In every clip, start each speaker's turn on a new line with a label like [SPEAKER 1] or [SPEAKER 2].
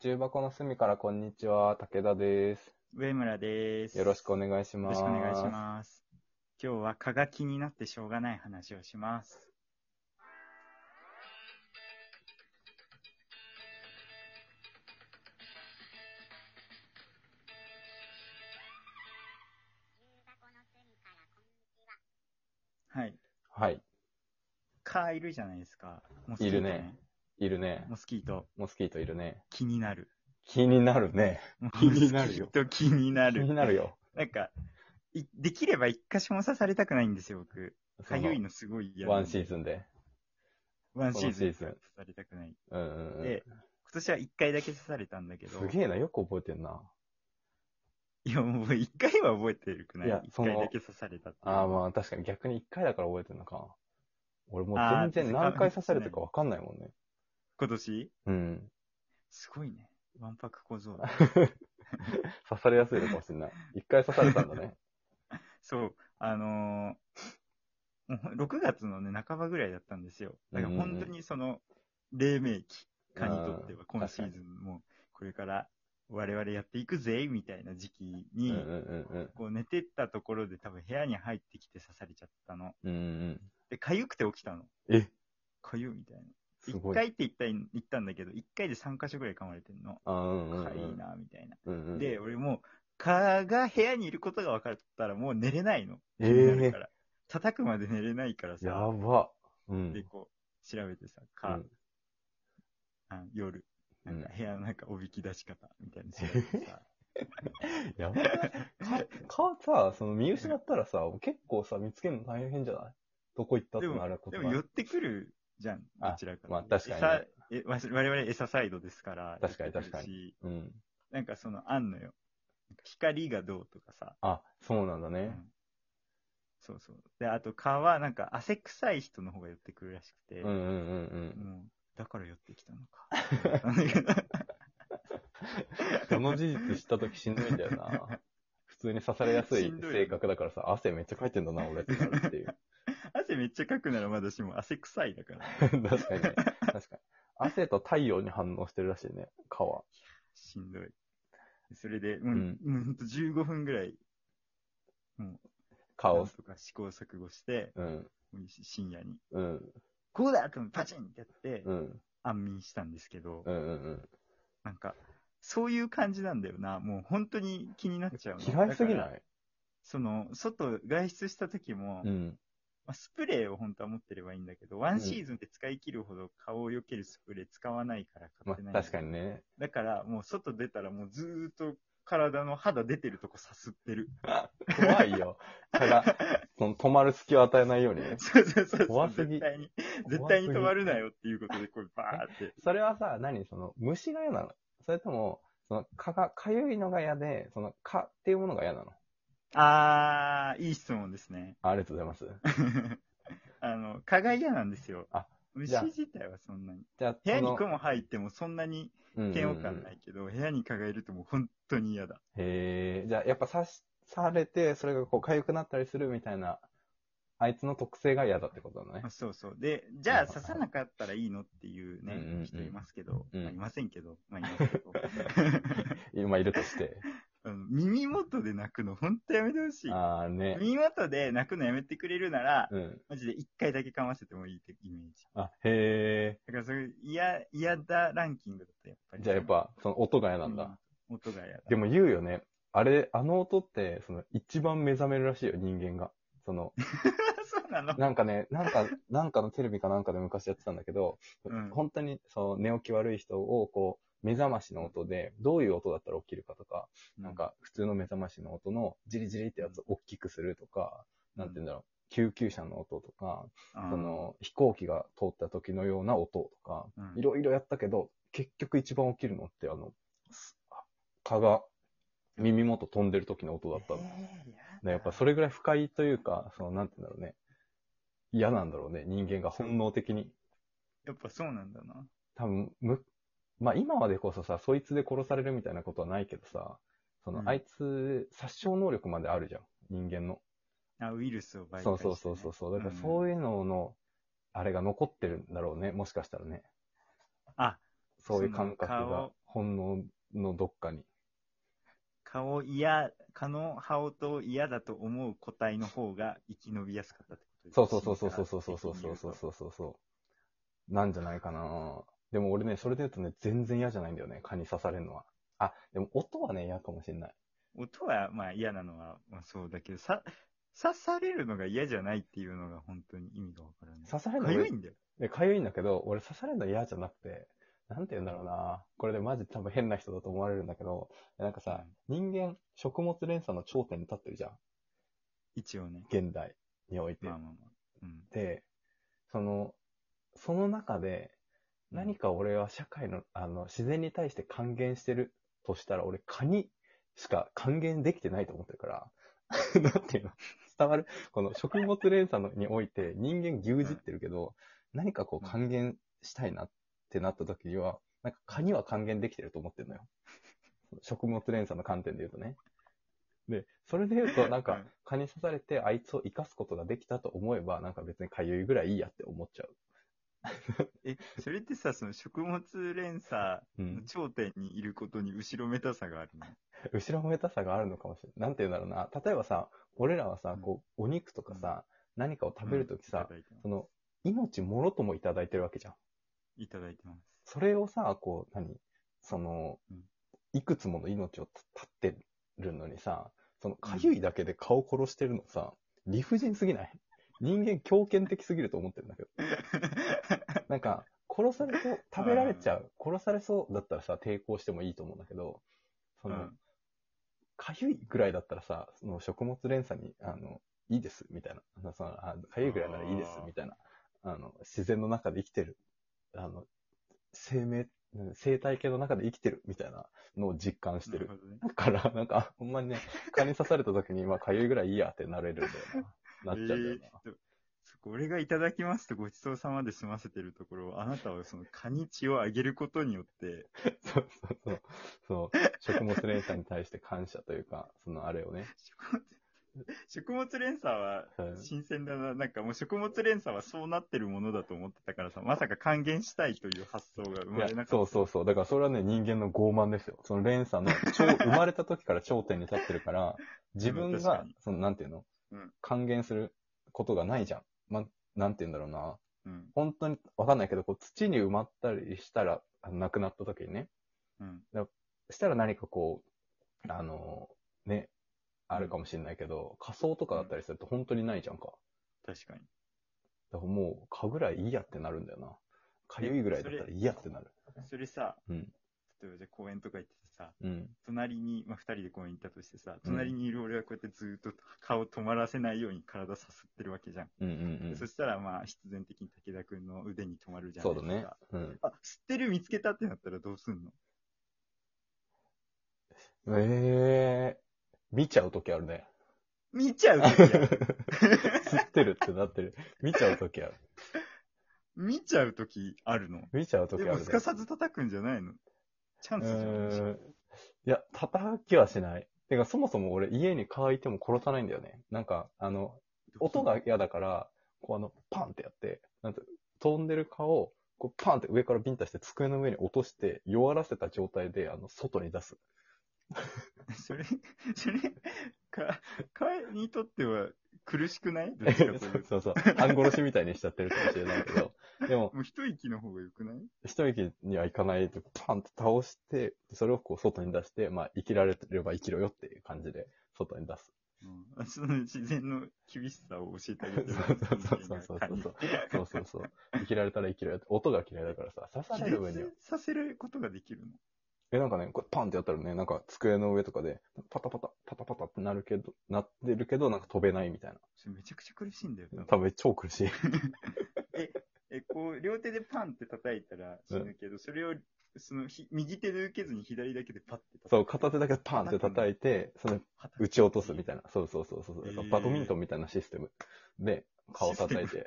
[SPEAKER 1] 中箱の隅からこんにちは、武田です。
[SPEAKER 2] 上村です。
[SPEAKER 1] よろしくお願いし
[SPEAKER 2] よ
[SPEAKER 1] ま
[SPEAKER 2] ろ
[SPEAKER 1] す。
[SPEAKER 2] しくお願いします。今日は蚊が気になってしょうがない話をします。はい。
[SPEAKER 1] はい、
[SPEAKER 2] 蚊いるじゃないですか。モスキー
[SPEAKER 1] い
[SPEAKER 2] ト
[SPEAKER 1] るね。いるね。
[SPEAKER 2] モスキート、
[SPEAKER 1] モスキートいるね。
[SPEAKER 2] 気になる。
[SPEAKER 1] 気になるね。気になるよ
[SPEAKER 2] モスキート気にな
[SPEAKER 1] 気
[SPEAKER 2] る。
[SPEAKER 1] になる よ。
[SPEAKER 2] なんか、いできれば一箇所も刺されたくないんですよ、僕。
[SPEAKER 1] そ
[SPEAKER 2] か
[SPEAKER 1] の
[SPEAKER 2] ゆいのすごい嫌
[SPEAKER 1] ワンシー
[SPEAKER 2] ン。
[SPEAKER 1] ズンで。
[SPEAKER 2] ワンシーズ
[SPEAKER 1] こ
[SPEAKER 2] ン。
[SPEAKER 1] のシーズン
[SPEAKER 2] 刺されたくない。
[SPEAKER 1] うんうんうん。
[SPEAKER 2] で、今年は一回だけ刺されたんだけど
[SPEAKER 1] す、げえな、よく覚えてんな。
[SPEAKER 2] いや、もう一回は覚えてるくない
[SPEAKER 1] いや
[SPEAKER 2] 一
[SPEAKER 1] その
[SPEAKER 2] 回だけ刺されたっていう
[SPEAKER 1] ああ、まあ確かに逆に1回だから覚えてんのか。俺もう
[SPEAKER 2] あー
[SPEAKER 1] 全然何回刺されてるかわかんないもんね。
[SPEAKER 2] 今年
[SPEAKER 1] うん。
[SPEAKER 2] すごいね。ワンパク小僧。
[SPEAKER 1] 刺されやすいのかもしれない。1回刺されたんだね。
[SPEAKER 2] そう、あのー、もう6月のね、半ばぐらいだったんですよ。だから本当にその、黎明期、蚊にとっては今シーズンも、これから我々やっていくぜ、み たいな時期
[SPEAKER 1] うん
[SPEAKER 2] に
[SPEAKER 1] う、んうん
[SPEAKER 2] こう寝てったところで多分部屋に入ってきて刺されちゃったの。
[SPEAKER 1] うん。うんうん。
[SPEAKER 2] で、痒くて起きたの。
[SPEAKER 1] え
[SPEAKER 2] 痒いみたいな。
[SPEAKER 1] す
[SPEAKER 2] 一
[SPEAKER 1] ごい。
[SPEAKER 2] 回って言った言ったんだけど、一回で3箇所ぐらい噛まれてんの。
[SPEAKER 1] あーうんうんうん
[SPEAKER 2] かいいな、みたいな。
[SPEAKER 1] うんうん。
[SPEAKER 2] で、俺もう、蚊が部屋にいることが分かったらもう寝れないの。
[SPEAKER 1] え
[SPEAKER 2] 気になる
[SPEAKER 1] え
[SPEAKER 2] から。叩くまで寝れないから
[SPEAKER 1] や
[SPEAKER 2] さ。
[SPEAKER 1] ば。うん。
[SPEAKER 2] で、こう、調べてさ、蚊、
[SPEAKER 1] うん
[SPEAKER 2] あ夜、なんか
[SPEAKER 1] う
[SPEAKER 2] 部屋のなんかおびき出し方みたいな調べてさ。
[SPEAKER 1] やばくない か、かさ、その見失ったらさ、結構さ、見つけるの大変じゃないどこ行ったって
[SPEAKER 2] でも
[SPEAKER 1] なること
[SPEAKER 2] で
[SPEAKER 1] な
[SPEAKER 2] も
[SPEAKER 1] い
[SPEAKER 2] 寄ってくるじゃん、
[SPEAKER 1] あ
[SPEAKER 2] どちらかというと。
[SPEAKER 1] まあ確かにね
[SPEAKER 2] 餌えわし我々餌サイドですから。
[SPEAKER 1] 確かに
[SPEAKER 2] 寄ってくる
[SPEAKER 1] 確か
[SPEAKER 2] し
[SPEAKER 1] うん。
[SPEAKER 2] なんかその、あんのよ。なんか光がどうとかさ。
[SPEAKER 1] あ、そうなんだ
[SPEAKER 2] う
[SPEAKER 1] ね。
[SPEAKER 2] んそうそう。で、あと蚊はなんか汗臭い人の方が寄ってくるらしくて。
[SPEAKER 1] うんうんうん
[SPEAKER 2] もう、だから寄ってきた のか。
[SPEAKER 1] うん。その事実知ったときしんどいんだよな。 普通に刺されやす
[SPEAKER 2] し
[SPEAKER 1] い
[SPEAKER 2] んどいよね
[SPEAKER 1] 性格だからさ、汗めっちゃかいてんだな、俺ってなるって いう。
[SPEAKER 2] 汗めっちゃかくならまだしも汗臭いだから。
[SPEAKER 1] 確かにね。確かに。汗と太陽に反応してるらしいね、蚊は。
[SPEAKER 2] しんどい。それで、もう、
[SPEAKER 1] うん
[SPEAKER 2] うん、ほんと15分ぐらい、
[SPEAKER 1] 蚊
[SPEAKER 2] な
[SPEAKER 1] を
[SPEAKER 2] ん。とか試行錯誤して、
[SPEAKER 1] うん。
[SPEAKER 2] もう深夜に、
[SPEAKER 1] うん。
[SPEAKER 2] こうだと思ってパチンってやって
[SPEAKER 1] う、ん。
[SPEAKER 2] 安眠したんですけど、
[SPEAKER 1] うんうんうん。
[SPEAKER 2] なんか、そういう感じなんだよな。もう本当に気になっちゃうの。
[SPEAKER 1] 嫌いすぎ
[SPEAKER 2] だ
[SPEAKER 1] な
[SPEAKER 2] から
[SPEAKER 1] い
[SPEAKER 2] その、外、外出した時も、
[SPEAKER 1] うん。
[SPEAKER 2] まあ、スプレーを本当は持ってればいいんだけど、ワンシーズンで使い切るほど顔を避けるスプレー使わないから買
[SPEAKER 1] ま
[SPEAKER 2] ってないん
[SPEAKER 1] あ、
[SPEAKER 2] だよ、
[SPEAKER 1] 確かにね。
[SPEAKER 2] だから、もう外出たらもうずーっと体の肌出てるとこさすってる。
[SPEAKER 1] 怖いよ。蚊が、その止まる隙を与えないようにね。
[SPEAKER 2] そうそうそうそう。
[SPEAKER 1] 怖すぎ
[SPEAKER 2] 絶対に、
[SPEAKER 1] ぎ
[SPEAKER 2] 絶対に止まるなよっていうことで、これバーって。
[SPEAKER 1] それはさ、何その、虫が嫌なのそれとも、その、蚊が、かゆいのが嫌で、その、蚊っていうものが嫌なの
[SPEAKER 2] あー、いい質問ですね。
[SPEAKER 1] あありがとうございます。
[SPEAKER 2] あの、蚊が嫌なんですよ。
[SPEAKER 1] あ
[SPEAKER 2] 虫
[SPEAKER 1] じゃあ
[SPEAKER 2] 自体はそんなに。
[SPEAKER 1] じゃあ、
[SPEAKER 2] 部屋に
[SPEAKER 1] そ
[SPEAKER 2] 蚊も入ってもそんなに
[SPEAKER 1] の
[SPEAKER 2] 嫌悪感な
[SPEAKER 1] うんうんうん
[SPEAKER 2] いけど、部屋に蚊がいるともう本当に嫌だ。
[SPEAKER 1] へえ、じゃあ、やっぱ刺し、されて、それがこう、かゆくなったりするみたいな、あいつの特性が嫌だってことだね
[SPEAKER 2] あ。そうそう。で、じゃ
[SPEAKER 1] は
[SPEAKER 2] あ
[SPEAKER 1] いはい
[SPEAKER 2] 刺さなかったらいいのっていう
[SPEAKER 1] うんうんうん
[SPEAKER 2] ね、人いますけど、
[SPEAKER 1] うん
[SPEAKER 2] まあいませんけど、まあいますけど。
[SPEAKER 1] 今いるとして。
[SPEAKER 2] あの耳元で泣くの本当やめてほし い。
[SPEAKER 1] ああね。
[SPEAKER 2] 耳元で泣くのやめてくれるなら、
[SPEAKER 1] うん。
[SPEAKER 2] マジで一回だけ噛ませてもいいってイメージ。
[SPEAKER 1] あ、へ
[SPEAKER 2] だからそれ嫌、嫌だランキングだとやっぱ
[SPEAKER 1] え。
[SPEAKER 2] り。
[SPEAKER 1] じゃあ、やっぱ、その、音が嫌なんだ。
[SPEAKER 2] うん。音が嫌だ。
[SPEAKER 1] でも言うよね。あれ、あの音って、その、一番目覚めるらしいよ、人間が。その、
[SPEAKER 2] そうなの。
[SPEAKER 1] なんかね、なんか、なんかのテレビかなんかで昔やってたんだけど、
[SPEAKER 2] うん
[SPEAKER 1] 本当に、その、寝起き悪い人を、こう、目覚ましの音で、どういう音だったら起きるかとか、なん、か、普通の目覚ましの音の、ジリジリってやつを大きくするとか、なんて言うんだろう、救急車の音とか、
[SPEAKER 2] あー
[SPEAKER 1] そ、の、飛行機が通った時のような音とか、
[SPEAKER 2] うん
[SPEAKER 1] いろいろやったけど、結局一番起きるのって、あの、す蚊が耳元飛んでる時の音だったの。
[SPEAKER 2] えー
[SPEAKER 1] ね、やっぱそれぐらい不快というか、その、なんて言うんだろうね。嫌なんだろうね、人間が本能的に。
[SPEAKER 2] やっぱそうなんだな。
[SPEAKER 1] 多分、む、まあ今までこそさ、そいつで殺されるみたいなことはないけどさ、その、
[SPEAKER 2] うん
[SPEAKER 1] あいつ、殺傷能力まであるじゃん、人間の。
[SPEAKER 2] あ、ウイルスを媒介して、
[SPEAKER 1] そ
[SPEAKER 2] ね。
[SPEAKER 1] うそうそうそうそう。だから
[SPEAKER 2] うん
[SPEAKER 1] そういうのの、あれが残ってるんだろうね、もしかしたらね。
[SPEAKER 2] あ、
[SPEAKER 1] そういう感覚
[SPEAKER 2] その
[SPEAKER 1] が
[SPEAKER 2] 顔。
[SPEAKER 1] 本能のどっかに。
[SPEAKER 2] 顔嫌、蚊の羽音を嫌だと思う個体の方が生き延びやすかったってことです
[SPEAKER 1] そうそうそうそうそうそうそうそうそうそうそうそうなんじゃないかなでも俺ね、それで言うとね、全然嫌じゃないんだよね、蚊に刺されるのは。あ、でも音はね、嫌かもしれない。
[SPEAKER 2] 音はまあ嫌なのは、まあ、そうだけど、さ、刺されるのが嫌じゃないっていうのが本当に意味がわからない。
[SPEAKER 1] 刺される
[SPEAKER 2] か
[SPEAKER 1] の
[SPEAKER 2] ゆ
[SPEAKER 1] 俺
[SPEAKER 2] いんだよ。
[SPEAKER 1] で、かゆいんだけど、俺刺されるの嫌じゃなくて、なんて言うんだろうな。これでマジ多分変な人だと思われるんだけど、なんかさ、人間、食物連鎖の頂点に立ってるじゃん。
[SPEAKER 2] 一応ね。
[SPEAKER 1] 現代において。
[SPEAKER 2] まあまあまあ。うん。
[SPEAKER 1] で、その、その中で、何か俺は社会の、あの、自然に対して還元してるとしたら、俺、蚊にしか還元できてないと思ってるから、 なんていうの伝わるこの食物連鎖のにおいて人間牛耳ってるけど、何かこう還元したいなってなった時には、なんか蚊には還元できてると思ってるのよ。食物連鎖の観点で言うとね。で、それで言うと、なん
[SPEAKER 2] う
[SPEAKER 1] か
[SPEAKER 2] ん、
[SPEAKER 1] 蚊に刺されて、あいつを生かすことができたと思えば、なんか別にかゆいぐらいいいやって思っちゃう。
[SPEAKER 2] え、それってさ、その食物連鎖
[SPEAKER 1] う
[SPEAKER 2] の
[SPEAKER 1] ん。
[SPEAKER 2] 頂点にいることに後ろめたさがあるの。
[SPEAKER 1] 後ろめたさがあるのかもしれない。なんて言うんだろうな。例えばさ、俺らはさ、
[SPEAKER 2] うん
[SPEAKER 1] こう、お肉とかさ、何かを食べるときさ、
[SPEAKER 2] うんいただいてます
[SPEAKER 1] その、命もろともいただいてるわけじゃん。
[SPEAKER 2] いただいてます。
[SPEAKER 1] それをさ、こう、何その
[SPEAKER 2] うん、
[SPEAKER 1] いくつもの命を絶ってるのにさ、その、かゆいだけで顔殺してるのさ、理不尽すぎない人間強権的すぎると思ってるんだけど。なんか、殺されそう、食べられちゃう、殺されそうだったらさ、抵抗してもいいと思うんだけど、その、
[SPEAKER 2] うん
[SPEAKER 1] かゆいぐらいだったらさ、その食物連鎖に、あの、いいです、みたいな。あのそのあかゆいぐらいならいいです
[SPEAKER 2] あ、ー
[SPEAKER 1] みたいな。あの、自然の中で生きてる。あの、生命、うん生態系の中で生きてる、みたいなのを実感して
[SPEAKER 2] なる
[SPEAKER 1] る。
[SPEAKER 2] ほどね。
[SPEAKER 1] だから、なんか、ほんまにね、蚊に刺された時に、まあ、かゆいぐらいいいやってなれるんだよな。なっちゃうんだよな。
[SPEAKER 2] えーちょっとそこ俺がいただきますとごちそうさまで済ませてるところを、あなたはその蚊に血をあげることによ って、
[SPEAKER 1] そうそうそう。そう。食物連鎖に対して感謝というか、そのあれをね。
[SPEAKER 2] 食物食物連鎖は
[SPEAKER 1] うん
[SPEAKER 2] 新鮮だな。なんかもう食物連鎖はそうなってるものだと思ってたからさ、まさか還元したいという発想が生
[SPEAKER 1] い
[SPEAKER 2] ま
[SPEAKER 1] や
[SPEAKER 2] れなかった。
[SPEAKER 1] そうそうそう。だからそれはね、人間の傲慢ですよ。その連鎖の、超、 生まれた時から頂点に立ってるから、自分
[SPEAKER 2] 確か
[SPEAKER 1] が
[SPEAKER 2] に、
[SPEAKER 1] その、なんていうの、
[SPEAKER 2] うん
[SPEAKER 1] 還元することがないじゃん。ま、なんていうんだろうな。
[SPEAKER 2] うん。
[SPEAKER 1] 本当に、わかんないけど、こう、土に埋まったりしたら、あの亡くなった時にね。
[SPEAKER 2] うん。
[SPEAKER 1] したら何かこう、あの、ね、あるかもしれないけど、仮想とかだったりすると本当にないじゃんか。
[SPEAKER 2] 確かに。
[SPEAKER 1] だからもう、蚊ぐらいいいやってなるんだよな。かゆいぐらいだったらいいやってなる。
[SPEAKER 2] それさ、
[SPEAKER 1] うん
[SPEAKER 2] 例えばじゃあ公園とか行っててさ、
[SPEAKER 1] うん。
[SPEAKER 2] 隣に、まあ、二人で公園行ったとしてさ、
[SPEAKER 1] うん
[SPEAKER 2] 隣にいる俺はこうやってずーっと顔止まらせないように体さすってるわけじゃん。
[SPEAKER 1] うんうんうん。
[SPEAKER 2] そしたらまあ必然的に武田君の腕に止まるじゃん。
[SPEAKER 1] そうだね。うん。
[SPEAKER 2] あ、吸ってる見つけたってなったらどうすんの
[SPEAKER 1] ええ見ちゃうときあるね。
[SPEAKER 2] 見ちゃう時や。
[SPEAKER 1] 吸ってるってなってる。見ちゃうときある。
[SPEAKER 2] 見ちゃう時あるの。
[SPEAKER 1] 見ちゃうとき
[SPEAKER 2] で
[SPEAKER 1] ある、
[SPEAKER 2] も
[SPEAKER 1] ね。
[SPEAKER 2] すかさず叩くんじゃないのチャン
[SPEAKER 1] う
[SPEAKER 2] スじゃん。
[SPEAKER 1] ーん。いや、叩きはしない。てか、そもそも俺、家に蚊いても殺さないんだよね。なんか、あの、音が嫌だから、こうあの、パンってやって、なんて、飛んでる蚊を、こうパンって上からビンタして机の上に落として、弱らせた状態で、あの、外に出す。
[SPEAKER 2] それ、 それ、か、かにとっては苦しくないどっちかというと
[SPEAKER 1] そうそう。半殺しみたいにしちゃってるかもしれないけど。でも、
[SPEAKER 2] もう一息の方が良くない
[SPEAKER 1] 一息にはいかないと、パンって倒して、それをこう外に出して、まあ、生きられれば生きろよっていう感じで、外に出す。
[SPEAKER 2] うん、その自然の厳しさを教えてあげ
[SPEAKER 1] そ
[SPEAKER 2] て
[SPEAKER 1] う
[SPEAKER 2] る
[SPEAKER 1] そうそうそうそうそう。そうそうそう。生きられたら生きろよって、音が嫌いだからさ、刺され
[SPEAKER 2] 自
[SPEAKER 1] る上には
[SPEAKER 2] 滅。させることができるの
[SPEAKER 1] え、なんかね、これパンってやったらね、なんか机の上とかで、パタパタ、パタパタってなるけど、なってるけど、なんか飛べないみたい
[SPEAKER 2] それめちゃくちゃ苦しいんだよ。多
[SPEAKER 1] な。
[SPEAKER 2] 分
[SPEAKER 1] 多分超苦しい。
[SPEAKER 2] え、こう、両手でパンって叩いたら死ぬけど、それを、その、ひ右手で受けずに左だけでパッて叩く。
[SPEAKER 1] そう、片手だけパンって叩いて、その、
[SPEAKER 2] 叩く
[SPEAKER 1] 打ち落とすみたいな。そうそうそうそうそう。
[SPEAKER 2] えー
[SPEAKER 1] バドミントンみたいなシステムで、顔叩い
[SPEAKER 2] シ
[SPEAKER 1] て。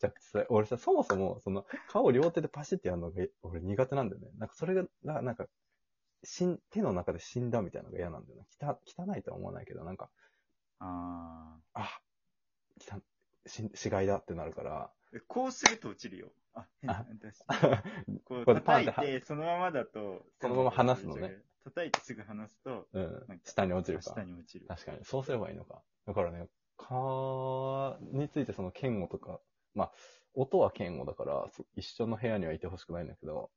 [SPEAKER 1] じゃあそれ俺さ、そもそも、その、顔を両手でパシってやるのが、俺苦手なんだよね。なんかそれが、ななんか、死ん、手の中で死んだみたいなのが嫌なんだよね。きた汚いとは思わないけど、なんか、
[SPEAKER 2] あ
[SPEAKER 1] あ、汚、死ん死骸だってなるから、
[SPEAKER 2] ーえこうすると落ちるよ。あ、
[SPEAKER 1] あ
[SPEAKER 2] 変だし。こう、叩いて、そのままだと、
[SPEAKER 1] そのまま離すのね。
[SPEAKER 2] 叩いてすぐ離すと、
[SPEAKER 1] うん
[SPEAKER 2] なん。か
[SPEAKER 1] 下に落ちるか
[SPEAKER 2] 下。に落ちる。
[SPEAKER 1] 確かに。そうすればいいのか。だからね、蚊についてその嫌悪とか、まあ、音は嫌悪だから、そ一緒の部屋にはいてほしくないんだけど、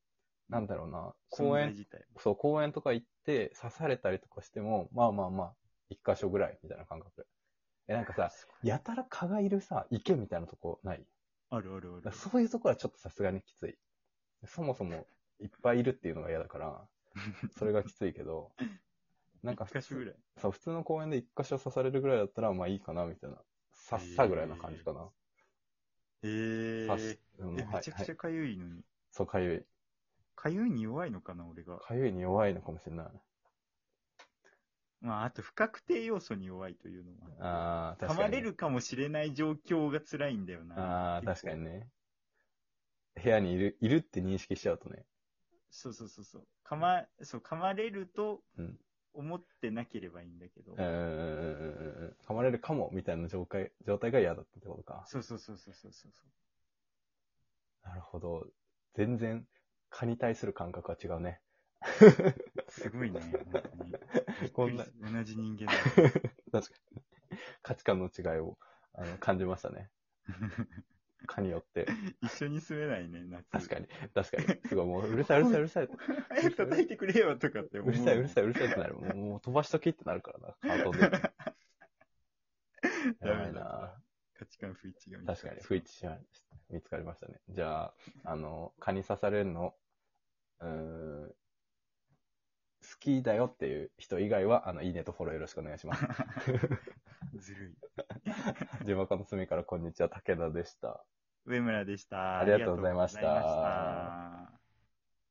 [SPEAKER 1] なんだろうな、公
[SPEAKER 2] 存在
[SPEAKER 1] 園、
[SPEAKER 2] 自体。
[SPEAKER 1] そう、公園とか行って刺されたりとかしても、まあまあまあ、一箇所ぐらいみたいな感覚。え、なんかさ、
[SPEAKER 2] すごい
[SPEAKER 1] やたら蚊がいるさ、池みたいなとこない
[SPEAKER 2] あるあるあ
[SPEAKER 1] だ
[SPEAKER 2] る。
[SPEAKER 1] そういうところはちょっとさすがにきつい。そもそもいっぱいいるっていうのが嫌だから、それがきついけど、なんか
[SPEAKER 2] 一箇所ぐらい。
[SPEAKER 1] そう、普通の公園で一箇所刺されるぐらいだったら、まあいいかな、みたいな。刺したぐらいな感じかな。
[SPEAKER 2] え
[SPEAKER 1] 刺す
[SPEAKER 2] ー、。
[SPEAKER 1] うん、
[SPEAKER 2] え、
[SPEAKER 1] は
[SPEAKER 2] め
[SPEAKER 1] い
[SPEAKER 2] ちゃ
[SPEAKER 1] は
[SPEAKER 2] く
[SPEAKER 1] い
[SPEAKER 2] ちゃ。かゆいのに。
[SPEAKER 1] そう、かゆい。
[SPEAKER 2] かゆいに弱いのかな、俺が。
[SPEAKER 1] かゆいに弱いのかもしれない。
[SPEAKER 2] まあ、あと不確定要素に弱いというのもあっ
[SPEAKER 1] ああ、
[SPEAKER 2] て。
[SPEAKER 1] 確
[SPEAKER 2] 噛
[SPEAKER 1] か
[SPEAKER 2] ま
[SPEAKER 1] に。
[SPEAKER 2] れるかもしれない状況が辛いんだよな。
[SPEAKER 1] ああ、確
[SPEAKER 2] 結構
[SPEAKER 1] かにね。部屋にいる、いるって認識しちゃうとね。
[SPEAKER 2] そうそうそうそう。噛ま、そう、噛まれると
[SPEAKER 1] うん、
[SPEAKER 2] 思ってなければいいんだけど。
[SPEAKER 1] うんうんうんうんうんうん。噛まれるかも、みたいな状態、状態が嫌だったってことか。
[SPEAKER 2] そうそうそうそうそうそう。
[SPEAKER 1] なるほど。全然、蚊に対する感覚は違うね。
[SPEAKER 2] すごいね、本当に。
[SPEAKER 1] こんな
[SPEAKER 2] びっくりす同じ人間だ。
[SPEAKER 1] 確かに。価値観の違いをあの感じましたね。蚊によって。
[SPEAKER 2] 一緒に住めないね、夏。
[SPEAKER 1] 確か に。確かに。すごい、もううるさい、うるさい、うるさい。
[SPEAKER 2] 早く叩いてくれよとかって思
[SPEAKER 1] う
[SPEAKER 2] う。
[SPEAKER 1] るさい、うるさ
[SPEAKER 2] い。
[SPEAKER 1] い、うるさいってなる。もうもう飛ばしときってなるから な。カートンで。やばいな。
[SPEAKER 2] 価値観不一致が見つかっ
[SPEAKER 1] 確
[SPEAKER 2] て
[SPEAKER 1] かに、不一致は見つかりましたね。じゃあ、あの、蚊に刺されるの、うーん、好きだよっていう人以外は、あの、いいねとフォローよろしくお願いし ます。
[SPEAKER 2] ずるい。
[SPEAKER 1] 地元の隅からこんにちは、武田でした。
[SPEAKER 2] 上村でした。
[SPEAKER 1] ありがとうございました
[SPEAKER 2] ありがとうございました